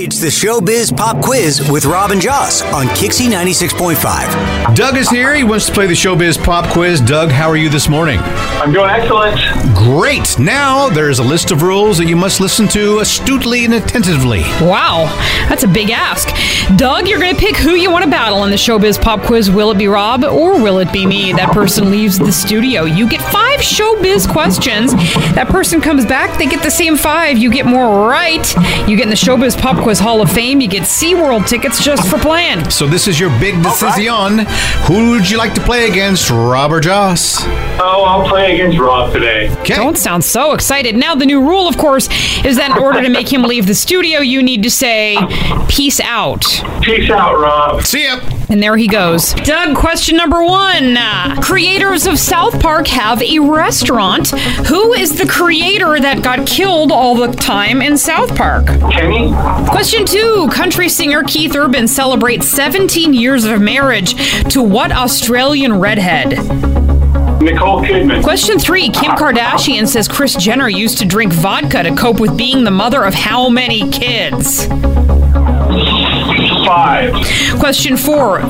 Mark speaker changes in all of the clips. Speaker 1: It's the Showbiz Pop Quiz with Robin Joss on Kixie 96.5.
Speaker 2: Doug is here. He wants to play the Showbiz Pop Quiz. Doug, how are you this morning?
Speaker 3: I'm doing excellent.
Speaker 2: Great. Now there's a list of rules that you must listen to astutely and attentively.
Speaker 4: Wow, that's a big ask. Doug, you're going to pick who you want to battle in the Showbiz Pop Quiz. Will it be Rob or will it be me? That person leaves the studio. You get five Showbiz questions. That person comes back, they get the same five. You get more right. You get in the Showbiz Pop Quiz Hall of Fame. You get SeaWorld tickets just for playing.
Speaker 2: So this is your big decision. Who would you like to play against, Rob or Joss?
Speaker 3: Oh, I'll play against Rob today.
Speaker 2: Okay.
Speaker 4: Don't sound so excited. Now, the new rule, of course, is that in order to make him leave the studio, you need to say, peace out.
Speaker 3: Peace out, Rob.
Speaker 2: See ya.
Speaker 4: And there he goes. Doug, question number one. Creators of South Park have a restaurant. Who is the creator that got killed all the time in South Park?
Speaker 3: Kenny?
Speaker 4: Question two. Country singer Keith Urban celebrates 17 years of marriage to what Australian redhead?
Speaker 3: Nicole Kidman.
Speaker 4: Question three Kim Kardashian says Chris Jenner used to drink vodka to cope with being the mother of how many kids?
Speaker 3: Five.
Speaker 4: Question four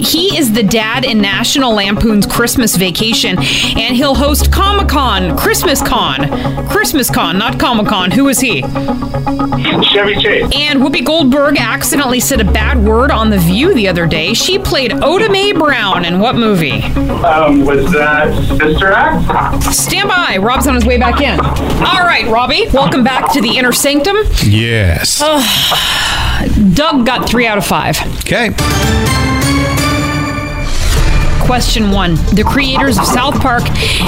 Speaker 4: He is the dad in National Lampoon's Christmas Vacation, and he'll host Comic Con, Christmas Con, Christmas Con, not Comic Con. Who is he?
Speaker 3: Chevy Chase.
Speaker 4: And Whoopi Goldberg accidentally said a bad word on The View the other day. She played Oda Mae Brown in what movie?
Speaker 3: Um, was that Sister Act?
Speaker 4: Stand by. Rob's on his way back in. All right, Robbie, welcome back to the inner sanctum.
Speaker 2: Yes.
Speaker 4: Doug got three out of five.
Speaker 2: Okay.
Speaker 4: Question one The creators of South Park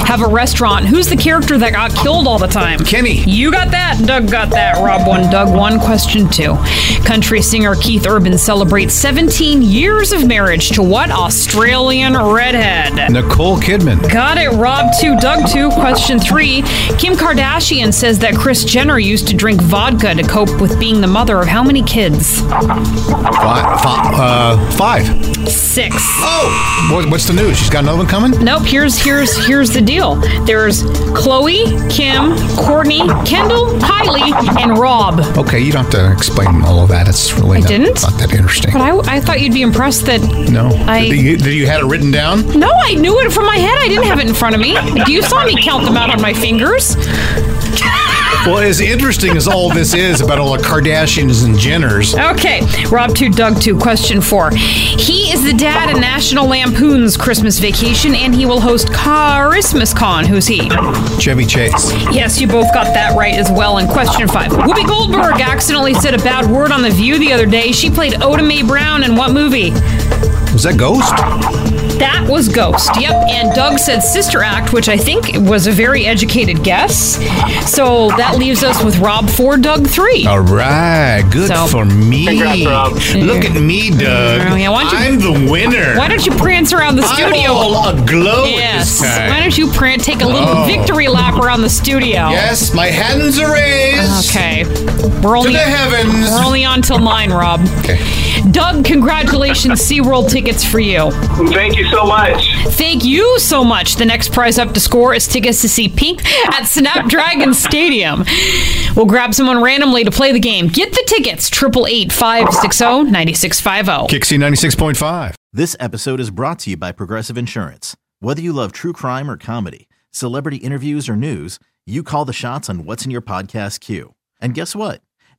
Speaker 4: have a restaurant. Who's the character that got killed all the time?
Speaker 2: Kenny.
Speaker 4: You got that. Doug got that. Rob one. Doug one. Question two. Country singer Keith Urban celebrates 17 years of marriage to what Australian redhead?
Speaker 2: Nicole Kidman.
Speaker 4: Got it. Rob two. Doug two. Question three. Kim Kardashian says that Chris Jenner used to drink vodka to cope with being the mother of how many kids?
Speaker 2: Fi- fi- uh, five.
Speaker 4: Six.
Speaker 2: Oh. What, what's the news? She's got another one coming?
Speaker 4: Nope. Here's here's here's the deal. There's Chloe, Kim, Courtney, Kendall, Kylie, and Rob.
Speaker 2: Okay, you don't have to explain all of that. It's really not,
Speaker 4: didn't?
Speaker 2: not that interesting.
Speaker 4: But I, I thought you'd be impressed that
Speaker 2: no.
Speaker 4: I-
Speaker 2: That you, that you had it written down?
Speaker 4: no, I knew it from my head. I didn't have it in front of me. You saw me count them out on my fingers.
Speaker 2: Well, as interesting as all this is about all the Kardashians and Jenners,
Speaker 4: Okay, Rob two, Doug two. Question four. He is the dad in National Lampoon's Christmas Vacation, and he will host Christmas Con. Who's he?
Speaker 2: Chevy Chase.
Speaker 4: Yes, you both got that right as well. And question five Whoopi Goldberg accidentally said a bad word on The View the other day. She played Oda Mae Brown in what movie?
Speaker 2: Was that Ghost?
Speaker 4: That was Ghost. Yep. And Doug said Sister Act, which I think was a very educated guess. So that leaves us with Rob 4, Doug 3.
Speaker 2: All right, good
Speaker 4: So-
Speaker 2: for me.
Speaker 3: Congrats, Rob.
Speaker 2: Look at me, Doug.
Speaker 4: Yeah, why don't you-
Speaker 2: I'm the winner.
Speaker 4: Why don't you prance around the
Speaker 2: I'm
Speaker 4: studio?
Speaker 2: all aglow
Speaker 4: yes.
Speaker 2: at this time.
Speaker 4: Why don't you prance, take a little
Speaker 2: Oh.
Speaker 4: victory lap around the studio?
Speaker 2: yes, my hands are raised
Speaker 4: Okay. We're
Speaker 2: to
Speaker 4: only,
Speaker 2: the heavens.
Speaker 4: we're only on till 9, Rob.
Speaker 2: Okay.
Speaker 4: Doug, congratulations. SeaWorld tickets for you.
Speaker 3: Thank you so much.
Speaker 4: Thank you so much. The next prize up to score is tickets to see Pink at Snapdragon Stadium. We'll grab someone randomly to play the game. Get the tickets, 888 560 9650.
Speaker 2: Kixie 96.5.
Speaker 5: This episode is brought to you by Progressive Insurance. Whether you love true crime or comedy, celebrity interviews or news, you call the shots on what's in your podcast queue. And guess what?